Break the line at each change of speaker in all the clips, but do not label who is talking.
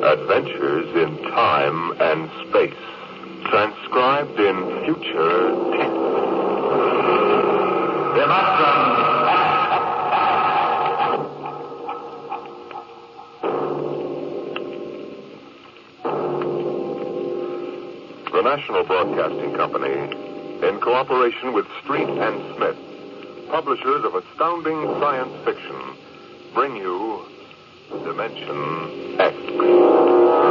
adventures in time and space, transcribed in future tense. The National Broadcasting Company, in cooperation with Street and Smith, publishers of astounding science fiction, bring you Dimension X.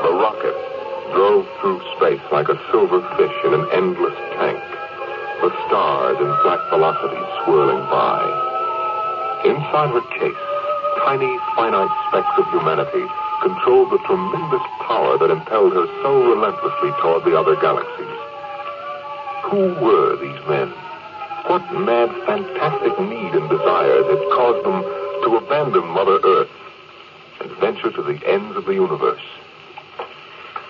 The rocket drove through space like a silver fish in an endless tank, with stars in black velocities swirling by. Inside her case, tiny finite specks of humanity controlled the tremendous power that impelled her so relentlessly toward the other galaxies. Who were these men? What mad, fantastic need and desires had caused them to abandon Mother Earth and venture to the ends of the universe?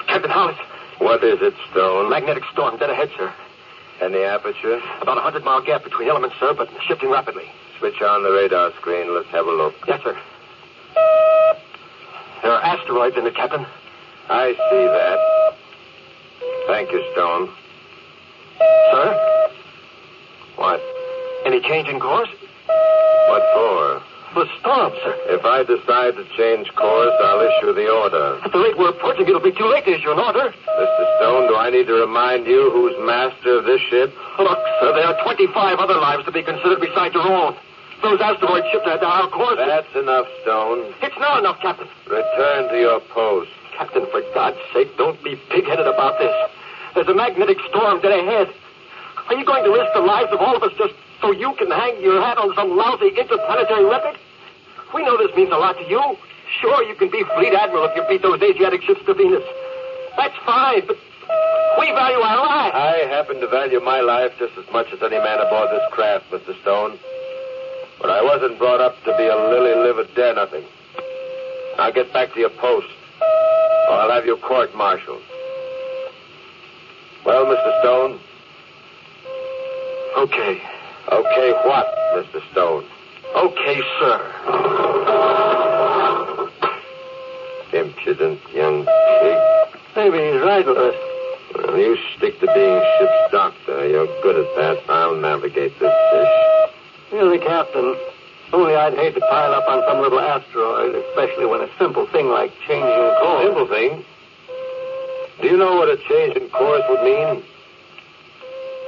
Captain Hollis.
What is it, Stone?
Magnetic storm dead ahead, sir.
And the aperture?
About a hundred mile gap between elements, sir, but shifting rapidly.
Switch on the radar screen. Let's have a look.
Yes, sir. There are asteroids in it, Captain.
I see that. Thank you, Stone.
Sir?
What?
Any change in course?
What for?
The storm, sir.
If I decide to change course, I'll issue the order.
At the rate we're approaching, it'll be too late to issue an order.
Mr. Stone, do I need to remind you who's master of this ship?
Look, sir, there are 25 other lives to be considered besides your own. Those asteroids shipped at our course.
That's enough, Stone.
It's not enough, Captain.
Return to your post.
Captain, for God's sake, don't be pig-headed about this. There's a magnetic storm dead ahead. Are you going to risk the lives of all of us just so you can hang your hat on some lousy interplanetary record? We know this means a lot to you. Sure, you can be fleet admiral if you beat those Asiatic ships to Venus. That's fine, but we value our lives.
I happen to value my life just as much as any man aboard this craft, Mr. Stone. But I wasn't brought up to be a lily livered dare nothing. Now get back to your post, or I'll have you court martialed. Well, Mr. Stone?
Okay.
Okay, what, Mr. Stone?
Okay, sir.
Impudent young pig.
Maybe he's right with us.
Well, Uh, you stick to being ship's doctor. You're good at that. I'll navigate this fish.
You're the captain. Only I'd hate to pile up on some little asteroid, especially when a simple thing like changing
Simple thing. Do you know what a change in course would mean?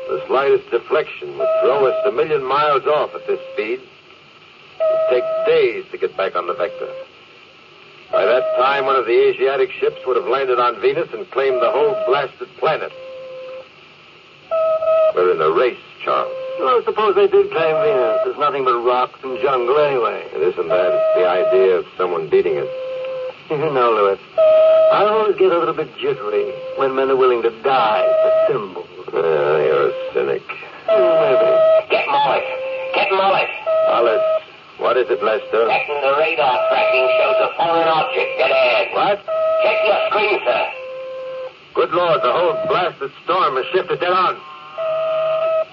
The slightest deflection would throw us a million miles off at this speed. It'd take days to get back on the vector. By that time, one of the Asiatic ships would have landed on Venus and claimed the whole blasted planet. We're in a race, Charles.
Well, suppose they did claim Venus. There's nothing but rocks and jungle anyway.
It isn't that. It's the idea of someone beating us.
You know, Lewis, I always get a little bit jittery when men are willing to die for symbols.
Ah, you're a cynic.
Maybe.
Get Mollis. Get Mollis.
Alice, what is it, Lester?
Captain, the radar tracking shows a foreign object dead ahead.
What?
Check your screen, sir.
Good Lord, the whole blasted storm has shifted dead on.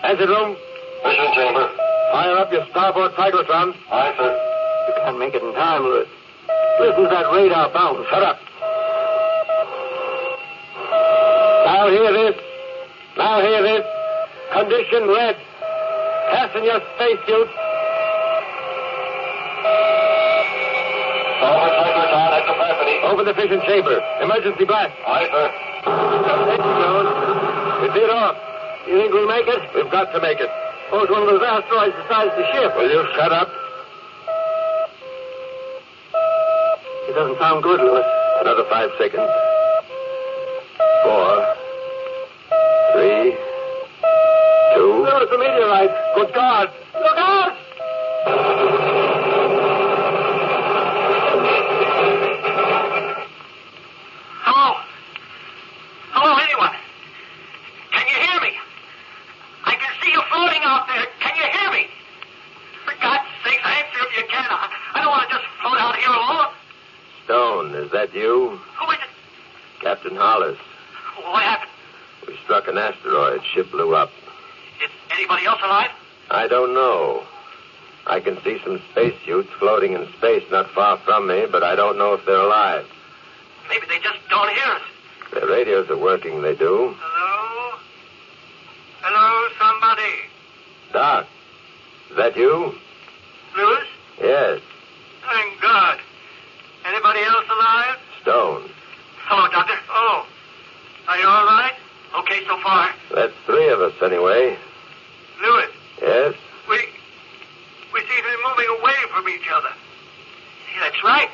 Engine room,
Mission chamber.
fire up your starboard cyclotron.
Aye, sir.
You can't make it in time, Lewis. Listen to that radar bounce.
Shut up. Now hear this. Now hear this. Condition red. Fasten your spacesuit.
Forward cyclotron at capacity.
Open the fission chamber. Emergency blast.
Aye, sir.
Attention, Jones.
It's it off.
You think we'll make it?
We've got to make it.
Suppose one of those asteroids decides to ship.
Will you shut up?
It doesn't sound good, Lewis.
Another five seconds. Four. Three. Two.
Lewis, a meteorite.
Good God!
Look out!
Hello. Hello, anyone. Can you hear me? I can see you floating out there. Can you hear me? For God's sake, answer if you can. I, I don't want to just float out here alone.
Stone, is that you?
Who is it?
Captain Hollis.
What happened?
We struck an asteroid. Ship blew up.
Is anybody else alive?
I don't know. I can see some spacesuits floating in space not far from me, but I don't know if they're alive.
Maybe they just don't hear us.
Their radios are working, they do.
Hello? Hello, somebody.
Doc, is that you?
Lewis?
Yes,
Thank God. Anybody else alive?
Stone.
Hello, Doctor. Oh. Are you all right? Okay so far.
That's three of us, anyway.
Lewis,
Yes?
we we seem to be moving away from each other. Yeah, that's right.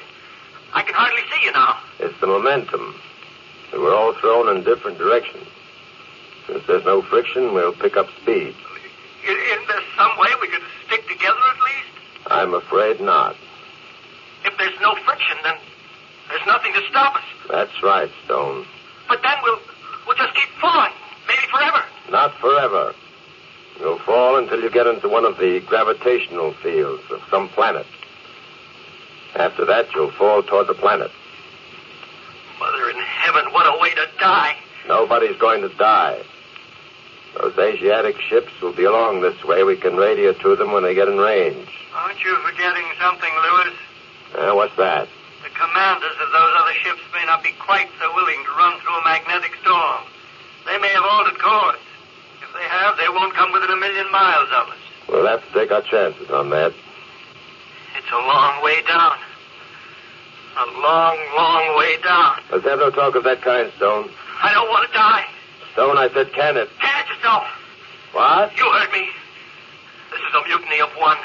I can hardly see you now.
It's the momentum. We were all thrown in different directions. Since there's no friction, we'll pick up speed.
Is, isn't there some way we could stick together at least?
I'm afraid not.
If there's no friction, then there's nothing to stop us.
That's right, Stone.
But then we'll we'll just keep falling, maybe forever.
Not forever. You'll fall until you get into one of the gravitational fields of some planet. After that, you'll fall toward the planet.
Mother in heaven, what a way to die!
Nobody's going to die. Those Asiatic ships will be along this way. We can radio to them when they get in range.
Aren't you forgetting something, Lewis?
Eh, what's that?
The commanders of those other ships may not be quite so willing to run through a magnetic storm. They may have altered course. If they have, they won't come within a million miles of us.
We'll have to take our chances on that.
It's a long way down. A long, long way down.
Let's have no talk of that kind, Stone.
I don't want to die.
Stone, I said, can it?
Hand it yourself.
What?
You heard me. This is a mutiny of one.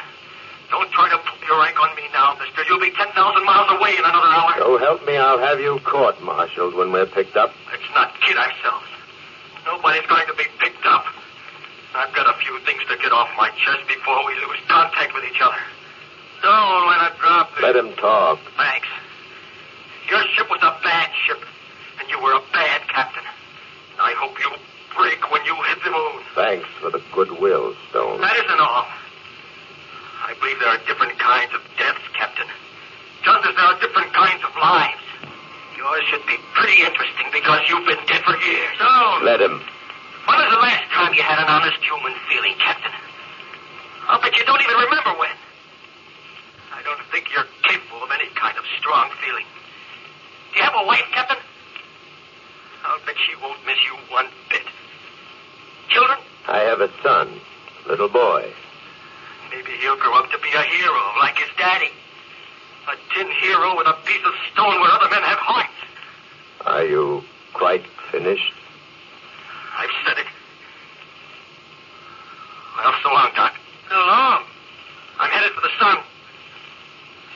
Don't try to put your rank on me now, mister. You'll be 10,000 miles away in another hour.
So help me, I'll have you court-martialed when we're picked up.
Let's not kid ourselves. Nobody's going to be picked up. I've got a few things to get off my chest before we lose contact with each other. Don't let it drop.
Let him talk.
Thanks. Your ship was a bad ship, and you were a bad captain. I hope you break when you hit the moon.
Thanks for the goodwill, Stone.
That isn't all. I believe there are different kinds of deaths, Captain. Just as there are different kinds of lives. Yours should be pretty interesting because you've been dead for years. Oh,
Let him.
when was the last time you had an honest human feeling, Captain? I'll bet you don't even remember when. I don't think you're capable of any kind of strong feeling. Do you have a wife, Captain? I'll bet she won't miss you one bit. Children?
I have a son, little boy.
Maybe he'll grow up to be a hero like his daddy. A tin hero with a piece of stone where other men have hearts.
Are you quite finished?
I've said it. Well, so long, Doc. So long. I'm headed for the sun.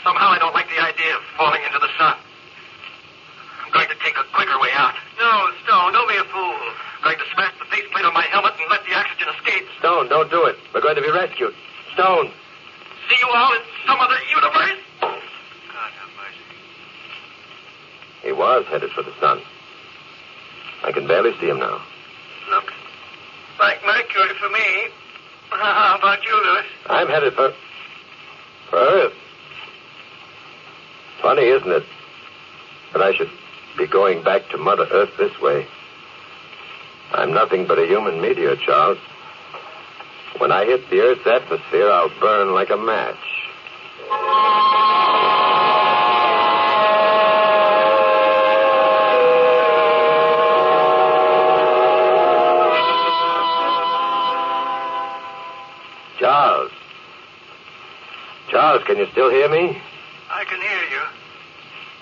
Somehow I don't like the idea of falling into the sun. I'm going to take a quicker way out. No, Stone, don't be a fool. I'm going to smash the faceplate on my helmet and let the oxygen escape.
Stone, don't do it. We're going to be rescued. Stone.
See you all in some other universe. God have mercy.
He was headed for the sun. I can barely see him now.
Look, like Mercury for me. How about you, Lewis?
I'm headed for. for Earth. Funny, isn't it? That I should be going back to Mother Earth this way. I'm nothing but a human meteor, Charles. When I hit the Earth's atmosphere, I'll burn like a match. Charles. Charles, can you still hear me?
I can hear you.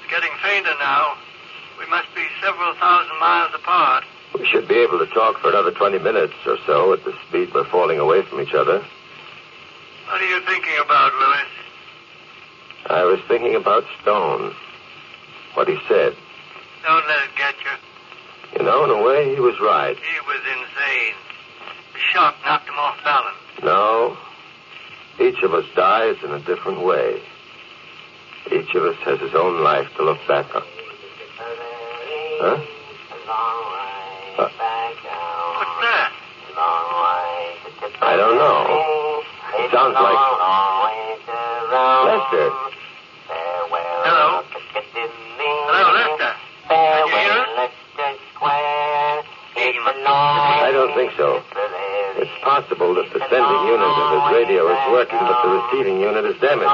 It's getting fainter now. We must be several thousand miles apart.
We should be able to talk for another 20 minutes or so at the speed we're falling away from each other.
What are you thinking about, Lewis?
I was thinking about Stone. What he said.
Don't let it get you.
You know, in a way, he was right.
He was insane. The shock knocked him off balance.
No. Each of us dies in a different way. Each of us has his own life to look back on. Huh? Uh,
What's that?
I don't know. It sounds like. Lester.
Hello? Hello, Lester. Can you hear us?
Square.
so. It's possible that the sending unit of his radio is working, but the receiving unit is damaged.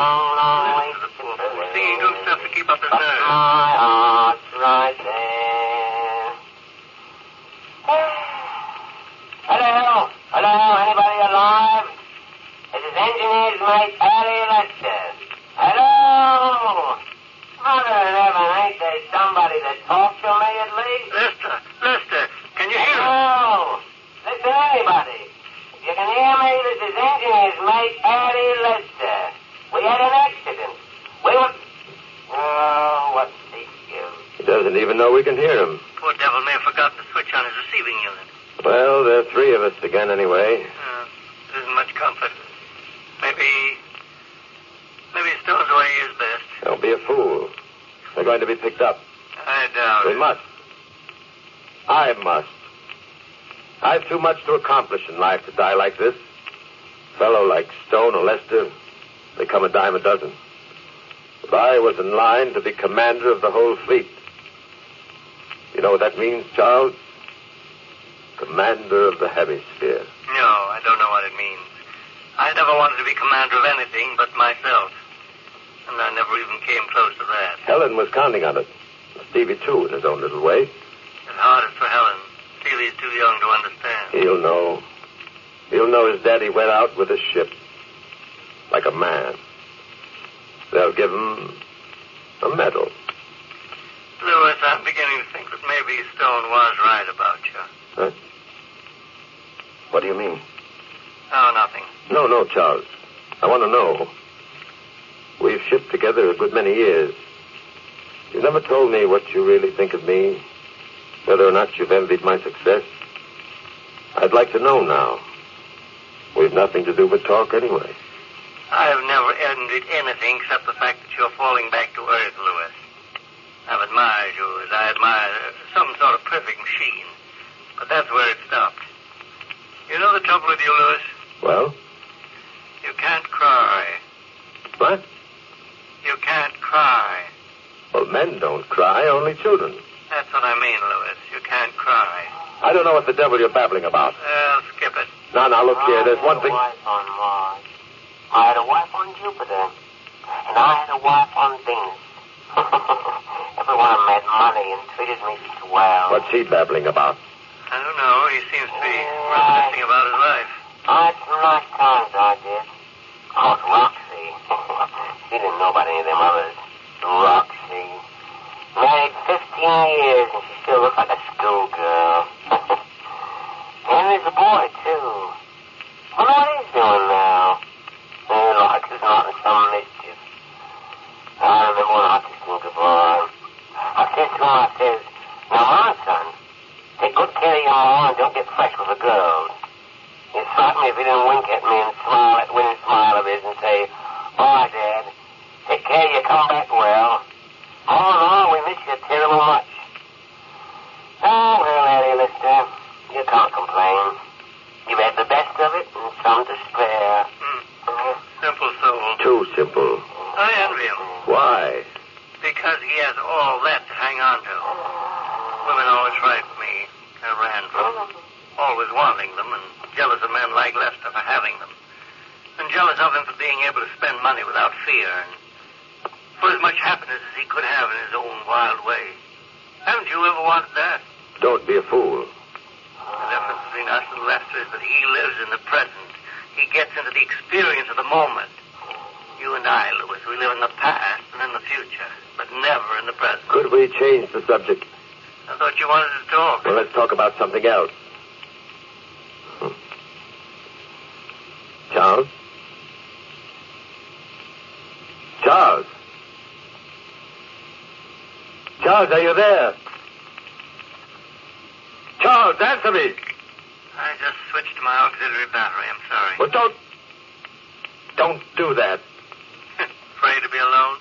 See, do stuff to keep up his nerves.
Hello, hello, anybody alive? This is engineer's mate Harry Lester. Hello. Mother of heaven, ain't there somebody that talks to me at least?
Lester, Lester, can you hear me?
Hello. Listen, anybody. If you can hear me, this is engineer's mate Harry Lester. We had an accident. We were. Oh, what's the use?
He doesn't even know we can hear him.
Poor devil may have forgotten to switch on his receiving unit.
Well, there are three of us again anyway.
Uh, this isn't much comfort. Maybe, maybe Stone's way is best.
Don't be a fool. They're going to be picked up.
I doubt
We
it.
must. I must. I've too much to accomplish in life to die like this. Fellow like Stone or Lester, they come a dime a dozen. But I was in line to be commander of the whole fleet. You know what that means, Charles? Commander of the hemisphere.
No, I don't know what it means. I never wanted to be commander of anything but myself. And I never even came close to that.
Helen was counting on it. Stevie, too, in his own little way.
It's hardest for Helen. Steely's too young to understand.
He'll know. He'll know his daddy went out with a ship. Like a man. They'll give him a medal.
Lewis, I'm beginning to think that maybe Stone was right about you.
Huh? What do you mean?
Oh, nothing.
No, no, Charles. I want to know. We've shipped together a good many years. You never told me what you really think of me, whether or not you've envied my success. I'd like to know now. We've nothing to do but talk anyway.
I have never envied anything except the fact that you're falling back to earth, Lewis. I've admired you as I admire some sort of perfect machine. But that's where it stopped. You know the trouble with you, Lewis?
Well,
You can't cry.
what?
You can't cry.
Well, men don't cry, only children.
That's what I mean, Lewis. You can't cry.
I don't know what the devil you're babbling about.
Well, skip it.
Now, now, look here. There's one thing.
I had a wife on Mars. I had a wife on Jupiter. And I had a wife on Venus. Everyone made money and treated me swell.
What's he babbling about?
I don't know. He seems to be reminiscing about his life.
Oh, it's not Tom's idea. Oh, it's Roxy. she didn't know about any of them others. Roxy. Married 15 years and she still looks like a schoolgirl. Henry's a boy, too. I wonder what he's doing now. Maybe Rox is not in some mischief. I remember when Roxy was born. I said to him, I says, now, my son, take good care of your mom and don't get fresh with the girls. It struck me if he didn't wink at me and smile at Winnie's smile of his and say, Bye, Dad. Take care you come back well. All in all, we miss you terrible much. Oh, well, Eddie, Lister, you can't complain. You've had the best of it and some to spare.
Hmm. Simple soul.
Too simple.
I envy him
Why?
because he has all that to hang on to. Women always frightened me. I ran from them, always wanting them, and jealous of men like Lester for having them, and jealous of him for being able to spend money without fear, and for as much happiness as he could have in his own wild way. Haven't you ever wanted that?
Don't be a fool.
The difference between us and Lester is that he lives in the present. He gets into the experience of the moment. You and I, Louis, we live in the past and in the future, but never in the present.
Could we change the subject?
I thought you wanted to talk.
Well, let's talk about something else. Hmm. Charles? Charles? Charles, are you there? Charles, answer me!
I just switched to my auxiliary battery. I'm sorry.
Well, don't. Don't do that.
Afraid to be alone?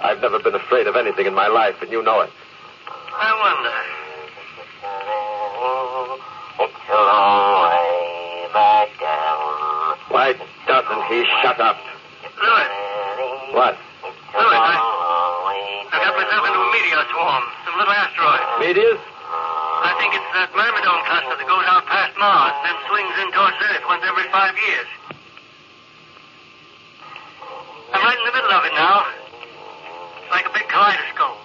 I've never been afraid of anything in my life, and you know it.
I wonder.
It's a long way back down.
Why doesn't he shut up?
Louis,
What?
It's a
Louis, I,
long way
I got myself into a meteor swarm. Some little asteroid.
Meteors?
I think it's that myrmidon cluster that goes out past planet Mars, then swings in towards Earth once every five years. I'm right in the middle of it now. It's like a big kaleidoscope.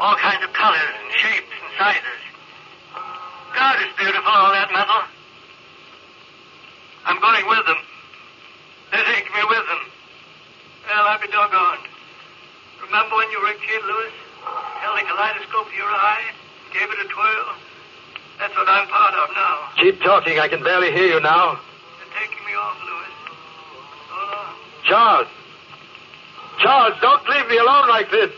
All kinds of colors and shapes and sizes. God, it's beautiful, all that metal. I'm going with them. They're taking me with them. Well, I'll be doggone. Remember when you were a kid, Louis? Held a kaleidoscope to your eye, gave it a twirl. That's what I'm part of now.
Keep talking. I can barely hear you now.
They're taking me off, Louis. Oh, So long.
Charles! Charles, don't leave me alone like this!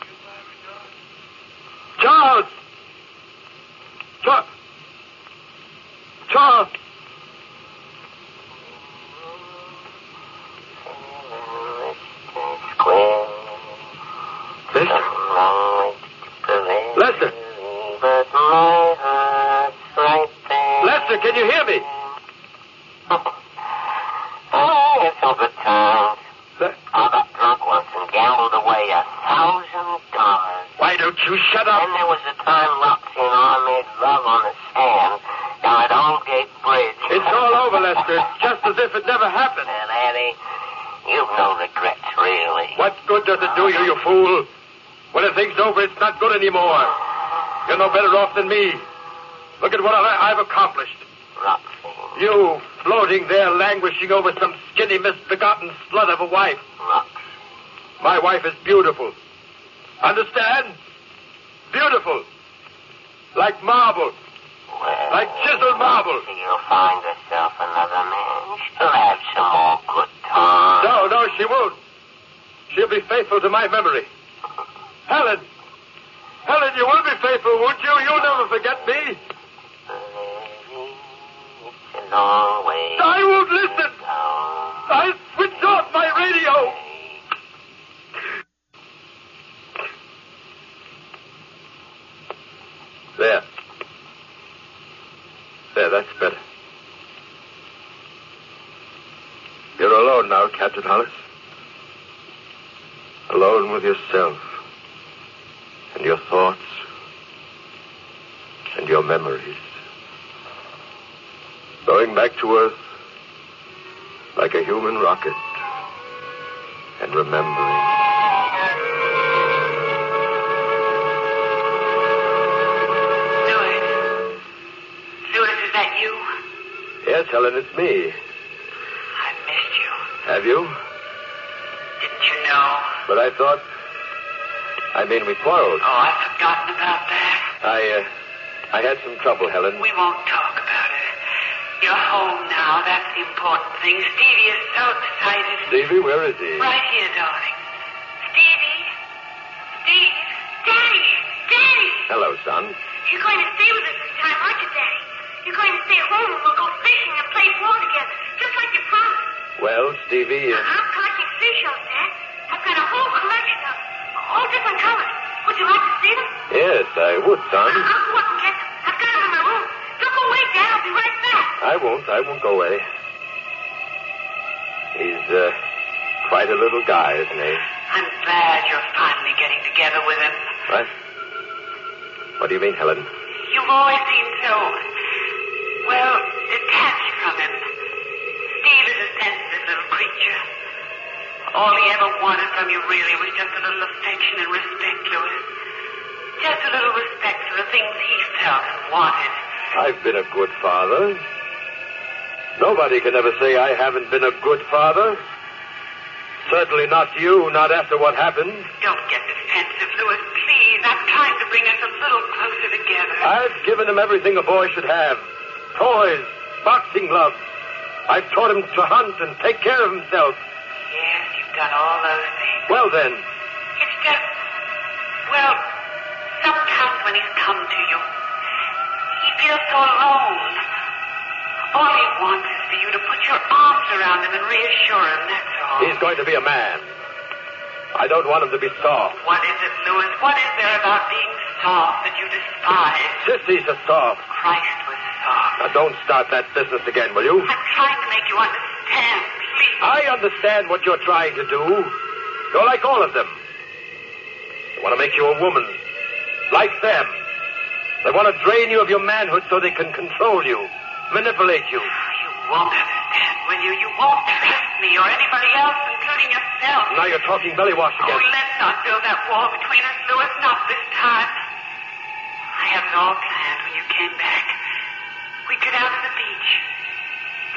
Goodbye, Richard.
Charles! Charles! Charles! Lester? Lester?
But my heart's right there.
Lester, can you hear me?
Oh, it's over time.
Le-
I got drunk once and gambled away a thousand dollars.
Why don't you shut
Then
up?
there was a time Roxy and I made love on the sand down at Oldgate Bridge.
It's all over, Lester. It's just as if it never happened.
Well, Annie, you've no regrets, really.
What good does it do you, you fool? When a thing's over, it's not good anymore. You're no better off than me. Look at what I, I've accomplished.
Roxy,
You floating there, languishing over some skinny, misbegotten slut of a wife.
Roxy.
My wife is beautiful. Understand? Beautiful. Like marble.
Well,
Like chiseled marble.
Roxy, you'll find yourself another man. She'll have some more good time.
No, no, she won't. She'll be faithful to my memory. Helen. Helen, you will be faithful, won't you? You'll never forget me.
Lady, it's a long way
I won't listen.
down.
I'll switch off my radio. There. There, that's better. You're alone now, Captain Hollis. Alone with yourself. And your thoughts. And your memories. Going back to Earth like a human rocket. And remembering.
Louis. Louis, is that you?
Yes, Helen, it's me.
I missed you.
Have you?
Didn't you know?
But I thought. I mean, we quarreled.
Oh, I've forgotten about that.
I, uh, I had some trouble, Helen.
We won't talk about it. You're home now. That's the important thing. Stevie is so excited.
Davy, where is he?
Right here, darling. Stevie? Steve? Daddy! Daddy!
Hello, son.
You're going to stay with us this time, aren't you, Daddy? You're going to stay at home and we'll go fishing and play ball together, just like you promised.
Well, Stevie, uh,
I'm collecting fish out there. I've got a whole collection of them, all different colors. Would you like to see them?
yes, I would,
I'll
son.
I'll go up and get them. I've got them in my room. Don't go away, Dad. I'll be right back.
I won't. I won't go away. He's uh, quite a little guy, isn't he?
I'm glad you're finally getting together with him.
What? What do you mean, Helen?
You've always seemed so, well, detached from him. Steve is a sensitive little creature. All he ever wanted from you really was just a little affection and respect, Louis. Just a little respect for the things he felt and wanted.
I've been a good father. Nobody can ever say I haven't been a good father. Certainly not you, not after what happened.
Don't get defensive, Louis, please. I'm trying to bring us a little closer together.
I've given him everything a boy should have toys, boxing gloves. I've taught him to hunt and take care of himself.
Yes, you've done all those things.
Well, then,
It's just, well, sometimes when he's come to you, he feels so alone. All he wants is for you to put your arms around him and reassure him, that's all.
he's going to be a man. I don't want him to be soft.
What is it, Louis? What is there about being soft that you despise?
Sissy's a soft.
Christ was soft.
Now, don't start that business again, will you?
I'm trying to make you understand, please.
I understand what you're trying to do. You're like all of them. They want to make you a woman. Like them. They want to drain you of your manhood so they can control you, manipulate you.
You won't understand, will you? You won't trust me or anybody else, including yourself.
Now you're talking bellywash
Oh,
again.
let's not build that wall between us, Louis. Not this time. I had it all planned when you came back. We'd go down to the beach.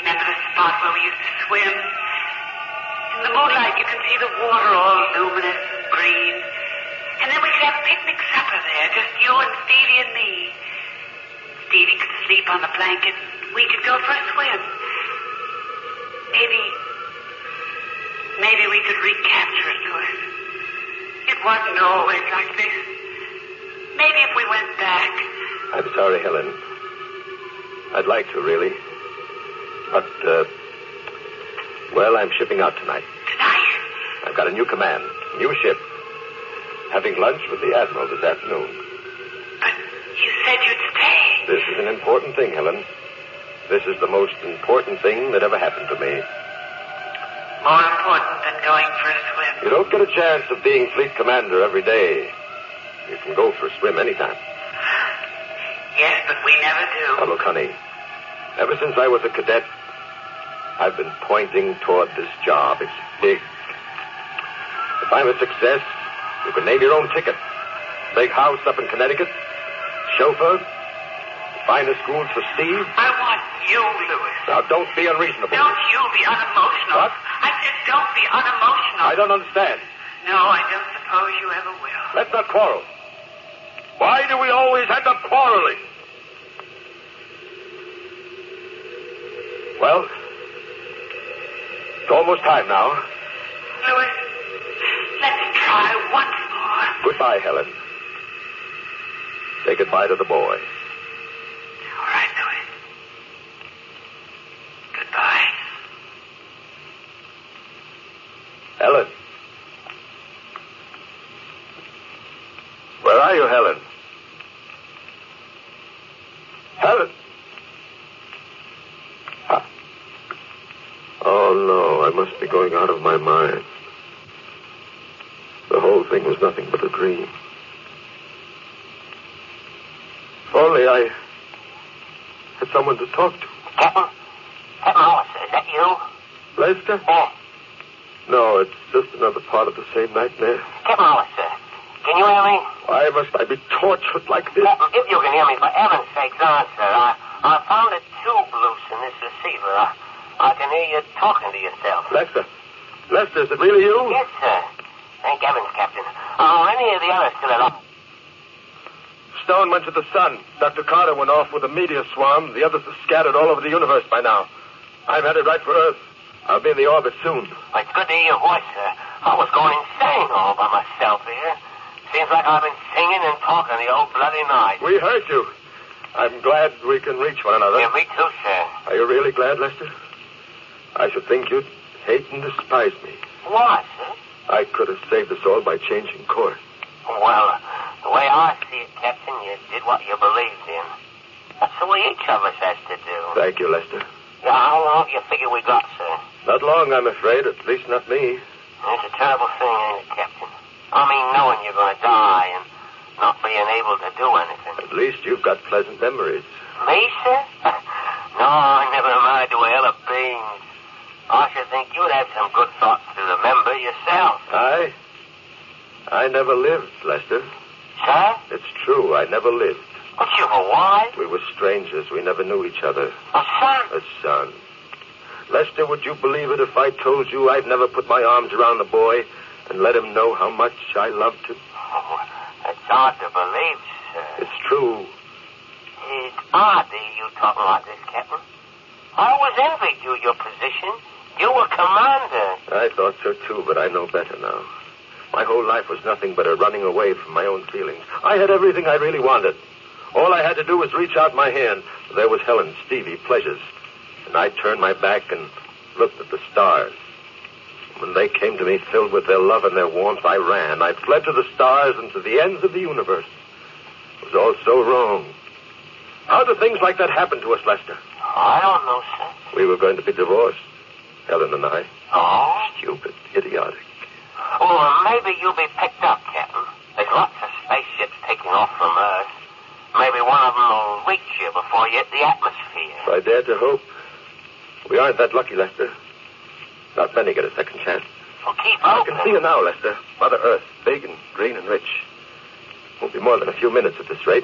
Remember the spot where we used to swim? In the moonlight, you can see the water all luminous and green. And then we could have picnic supper there, just you and Stevie and me. Stevie could sleep on the blanket. We could go for a swim. Maybe Maybe we could recapture it, Louis. It wasn't always like this. Maybe if we went back.
I'm sorry, Helen. I'd like to, really. But, uh, well, I'm shipping out tonight.
Tonight.
I've got a new command, new ship. Having lunch with the Admiral this afternoon.
But you said you'd stay.
This is an important thing, Helen. This is the most important thing that ever happened to me.
More important than going for a swim.
You don't get a chance of being fleet commander every day. You can go for a swim anytime.
Yes, but we never
Now,
do.
look, honey, ever since I was a cadet, I've been pointing toward this job. It's big. If I'm a success, you can name your own ticket. Big house up in Connecticut, chauffeur, finest schools for Steve.
I want you, Louis.
Now, don't be unreasonable.
Don't you be unemotional.
What?
I said don't be unemotional.
I don't understand.
No, I don't suppose you ever will.
Let's not quarrel. Why do we always end up quarreling? Well, it's almost time now.
Louis, let's try once more.
Goodbye, Helen. Say goodbye to the boy.
All right, Louis. Goodbye.
Helen. Where are you, Helen? Helen. Ah. Oh, no. I must be going out of my mind. The whole thing was nothing but a dream. If Only I had someone to talk to.
Captain? Captain Ellis, is that you?
Lester?
Yes.
No, it's just another part of the same nightmare.
Captain Ellis, sir. Can you hear me?
Why must I be tortured like this?
Captain, if you can hear me, for heaven's sake, answer. I, I found a tube loose in this receiver. I, I can hear you talking to yourself.
Lester. Lester, is it really you?
Yes, sir. Thank heavens, Captain. Are any of the others still alive?
Stone went to the sun. Dr. Carter went off with a meteor swarm. The others are scattered all over the universe by now. I'm headed right for Earth. I'll be in the orbit soon.
Well, it's good to hear your voice, sir. I was going insane all by myself here. Seems like I've been singing and talking the whole bloody night.
We heard you. I'm glad we can reach one another.
Yeah, me too, sir.
Are you really glad, Lester? I should think you'd hate and despise me.
Why, sir?
I could have saved us all by changing course.
Well, the way I see it, Captain, you did what you believed in. That's the way each of us has to do.
Thank you, Lester.
Yeah, how long do you figure we got, sir?
Not long, I'm afraid. At least not me.
It's a terrible thing, ain't it, Captain? I mean, knowing you're going to die and not being able to do anything.
At least you've got pleasant memories.
Me, sir? no, I never mind the way other beans. I should think you'd have some good thoughts to remember yourself.
I. I never lived, Lester.
Sir?
It's true, I never lived.
But you were wise.
We were strangers. We never knew each other.
Oh, sir.
A son. Lester, would you believe it if I told you I'd never put my arms around the boy and let him know how much I loved him?
Oh, it's hard to believe, sir.
It's true.
It's odd that you talking like this, Captain. I always envied you your position. You were commander.
I thought so too, but I know better now. My whole life was nothing but a running away from my own feelings. I had everything I really wanted. All I had to do was reach out my hand. There was Helen, Stevie, pleasures. And I turned my back and looked at the stars. When they came to me filled with their love and their warmth, I ran. I fled to the stars and to the ends of the universe. It was all so wrong. How do things like that happen to us, Lester?
I don't know, sir.
We were going to be divorced, Helen and I.
Oh?
Stupid, idiotic.
Well, maybe you'll be picked up, Captain. There's lots of spaceships taking off from Earth. Maybe one before you hit the atmosphere.
If I dare to hope, we aren't that lucky, Lester. Not many get a second chance.
Well, keep
I
open.
can see her now, Lester. Mother Earth, big and green and rich. Won't be more than a few minutes at this rate.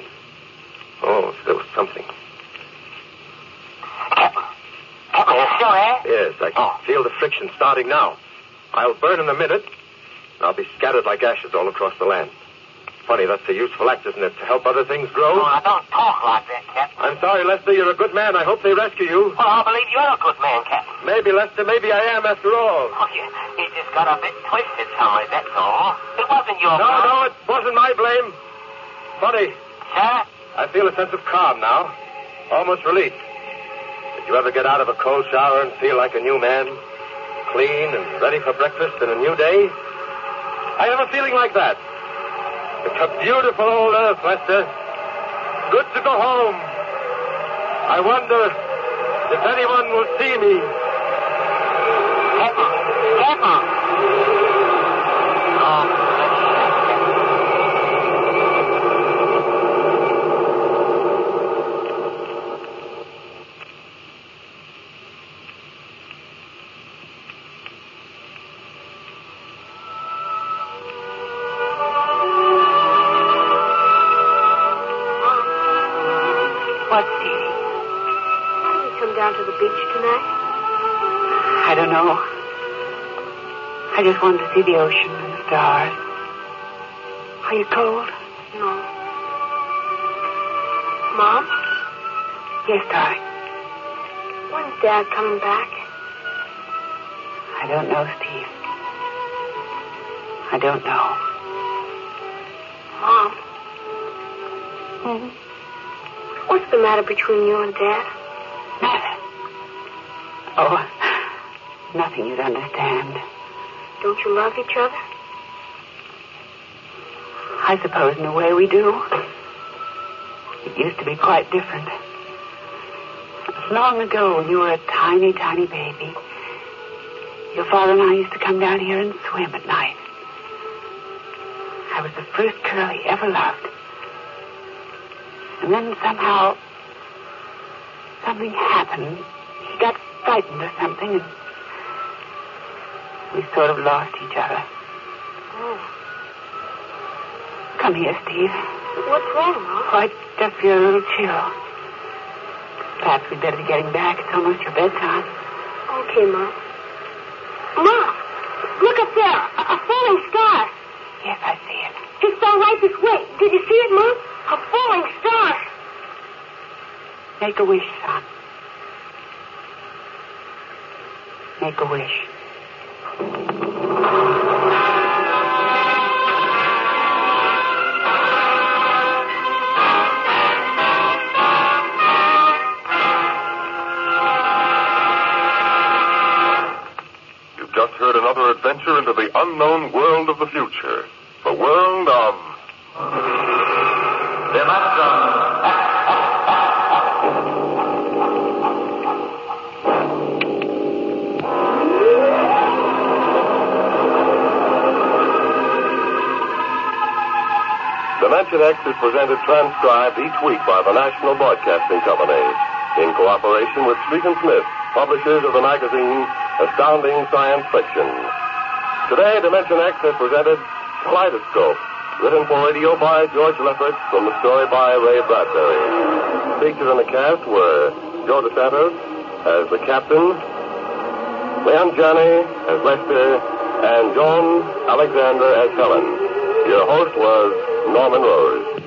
Oh, if there was something.
Captain. Captain, you sure, eh?
Yes, I can
Oh.
feel the friction starting now. I'll burn in a minute, and I'll be scattered like ashes all across the land. Funny, that's a useful act, isn't it? To help other things grow.
Oh, now don't talk like that, Captain.
I'm sorry, Lester. You're a good man. I hope they rescue you.
Well, I believe you're a good man, Captain.
Maybe, Lester, maybe I am after all.
Oh, you, you just got a bit twisted, Tommy, that's all. It wasn't your
No,
fault.
no, it wasn't my blame. Funny,
Sir?
I feel a sense of calm now. Almost relief. Did you ever get out of a cold shower and feel like a new man? Clean and ready for breakfast and a new day? I have a feeling like that. It's a beautiful old earth, Lester. Good to go home. I wonder if anyone will see me.
Captain. Captain. Oh, What's he?
Can you come down to the beach tonight?
I don't know. I just wanted to see the ocean and the stars. Are you cold?
No. Mom,
Yes, darling.
when's Dad coming back?
I don't know, Steve. I don't know.
Mom.
Hmm?
What's the matter between you and Dad?
Matter? Oh, nothing you'd understand.
Don't you love each other?
I suppose in a way we do. It used to be quite different. Long ago, when you were a tiny, tiny baby, your father and I used to come down here and swim at night. I was the first girl he ever loved. And then somehow, something happened. He got frightened or something, and we sort of lost each other. Oh. Come here, Steve.
What's wrong, Mom?
Quite just feel a little chill. Perhaps we'd better be getting back. It's almost your bedtime.
Okay, Mom. Mom, look up there. A, a falling star.
Yes, I see it.
It fell right this way. Did you see it, Mom? A falling star.
Make a wish, son. Make a wish.
You've just heard another adventure into the unknown world of the future. The world of.
Dimension X is presented transcribed each week by the National Broadcasting Company in cooperation with Street and Smith, publishers of the magazine Astounding Science Fiction. Today, Dimension X has presented Kaleidoscope, written for radio by George Lefferts from the story by Ray Bradbury. Featured in the cast were Joe DeSantis as the captain, Leon Johnny as Lester, and Joan Alexander as Helen. Your host was Norman Rose.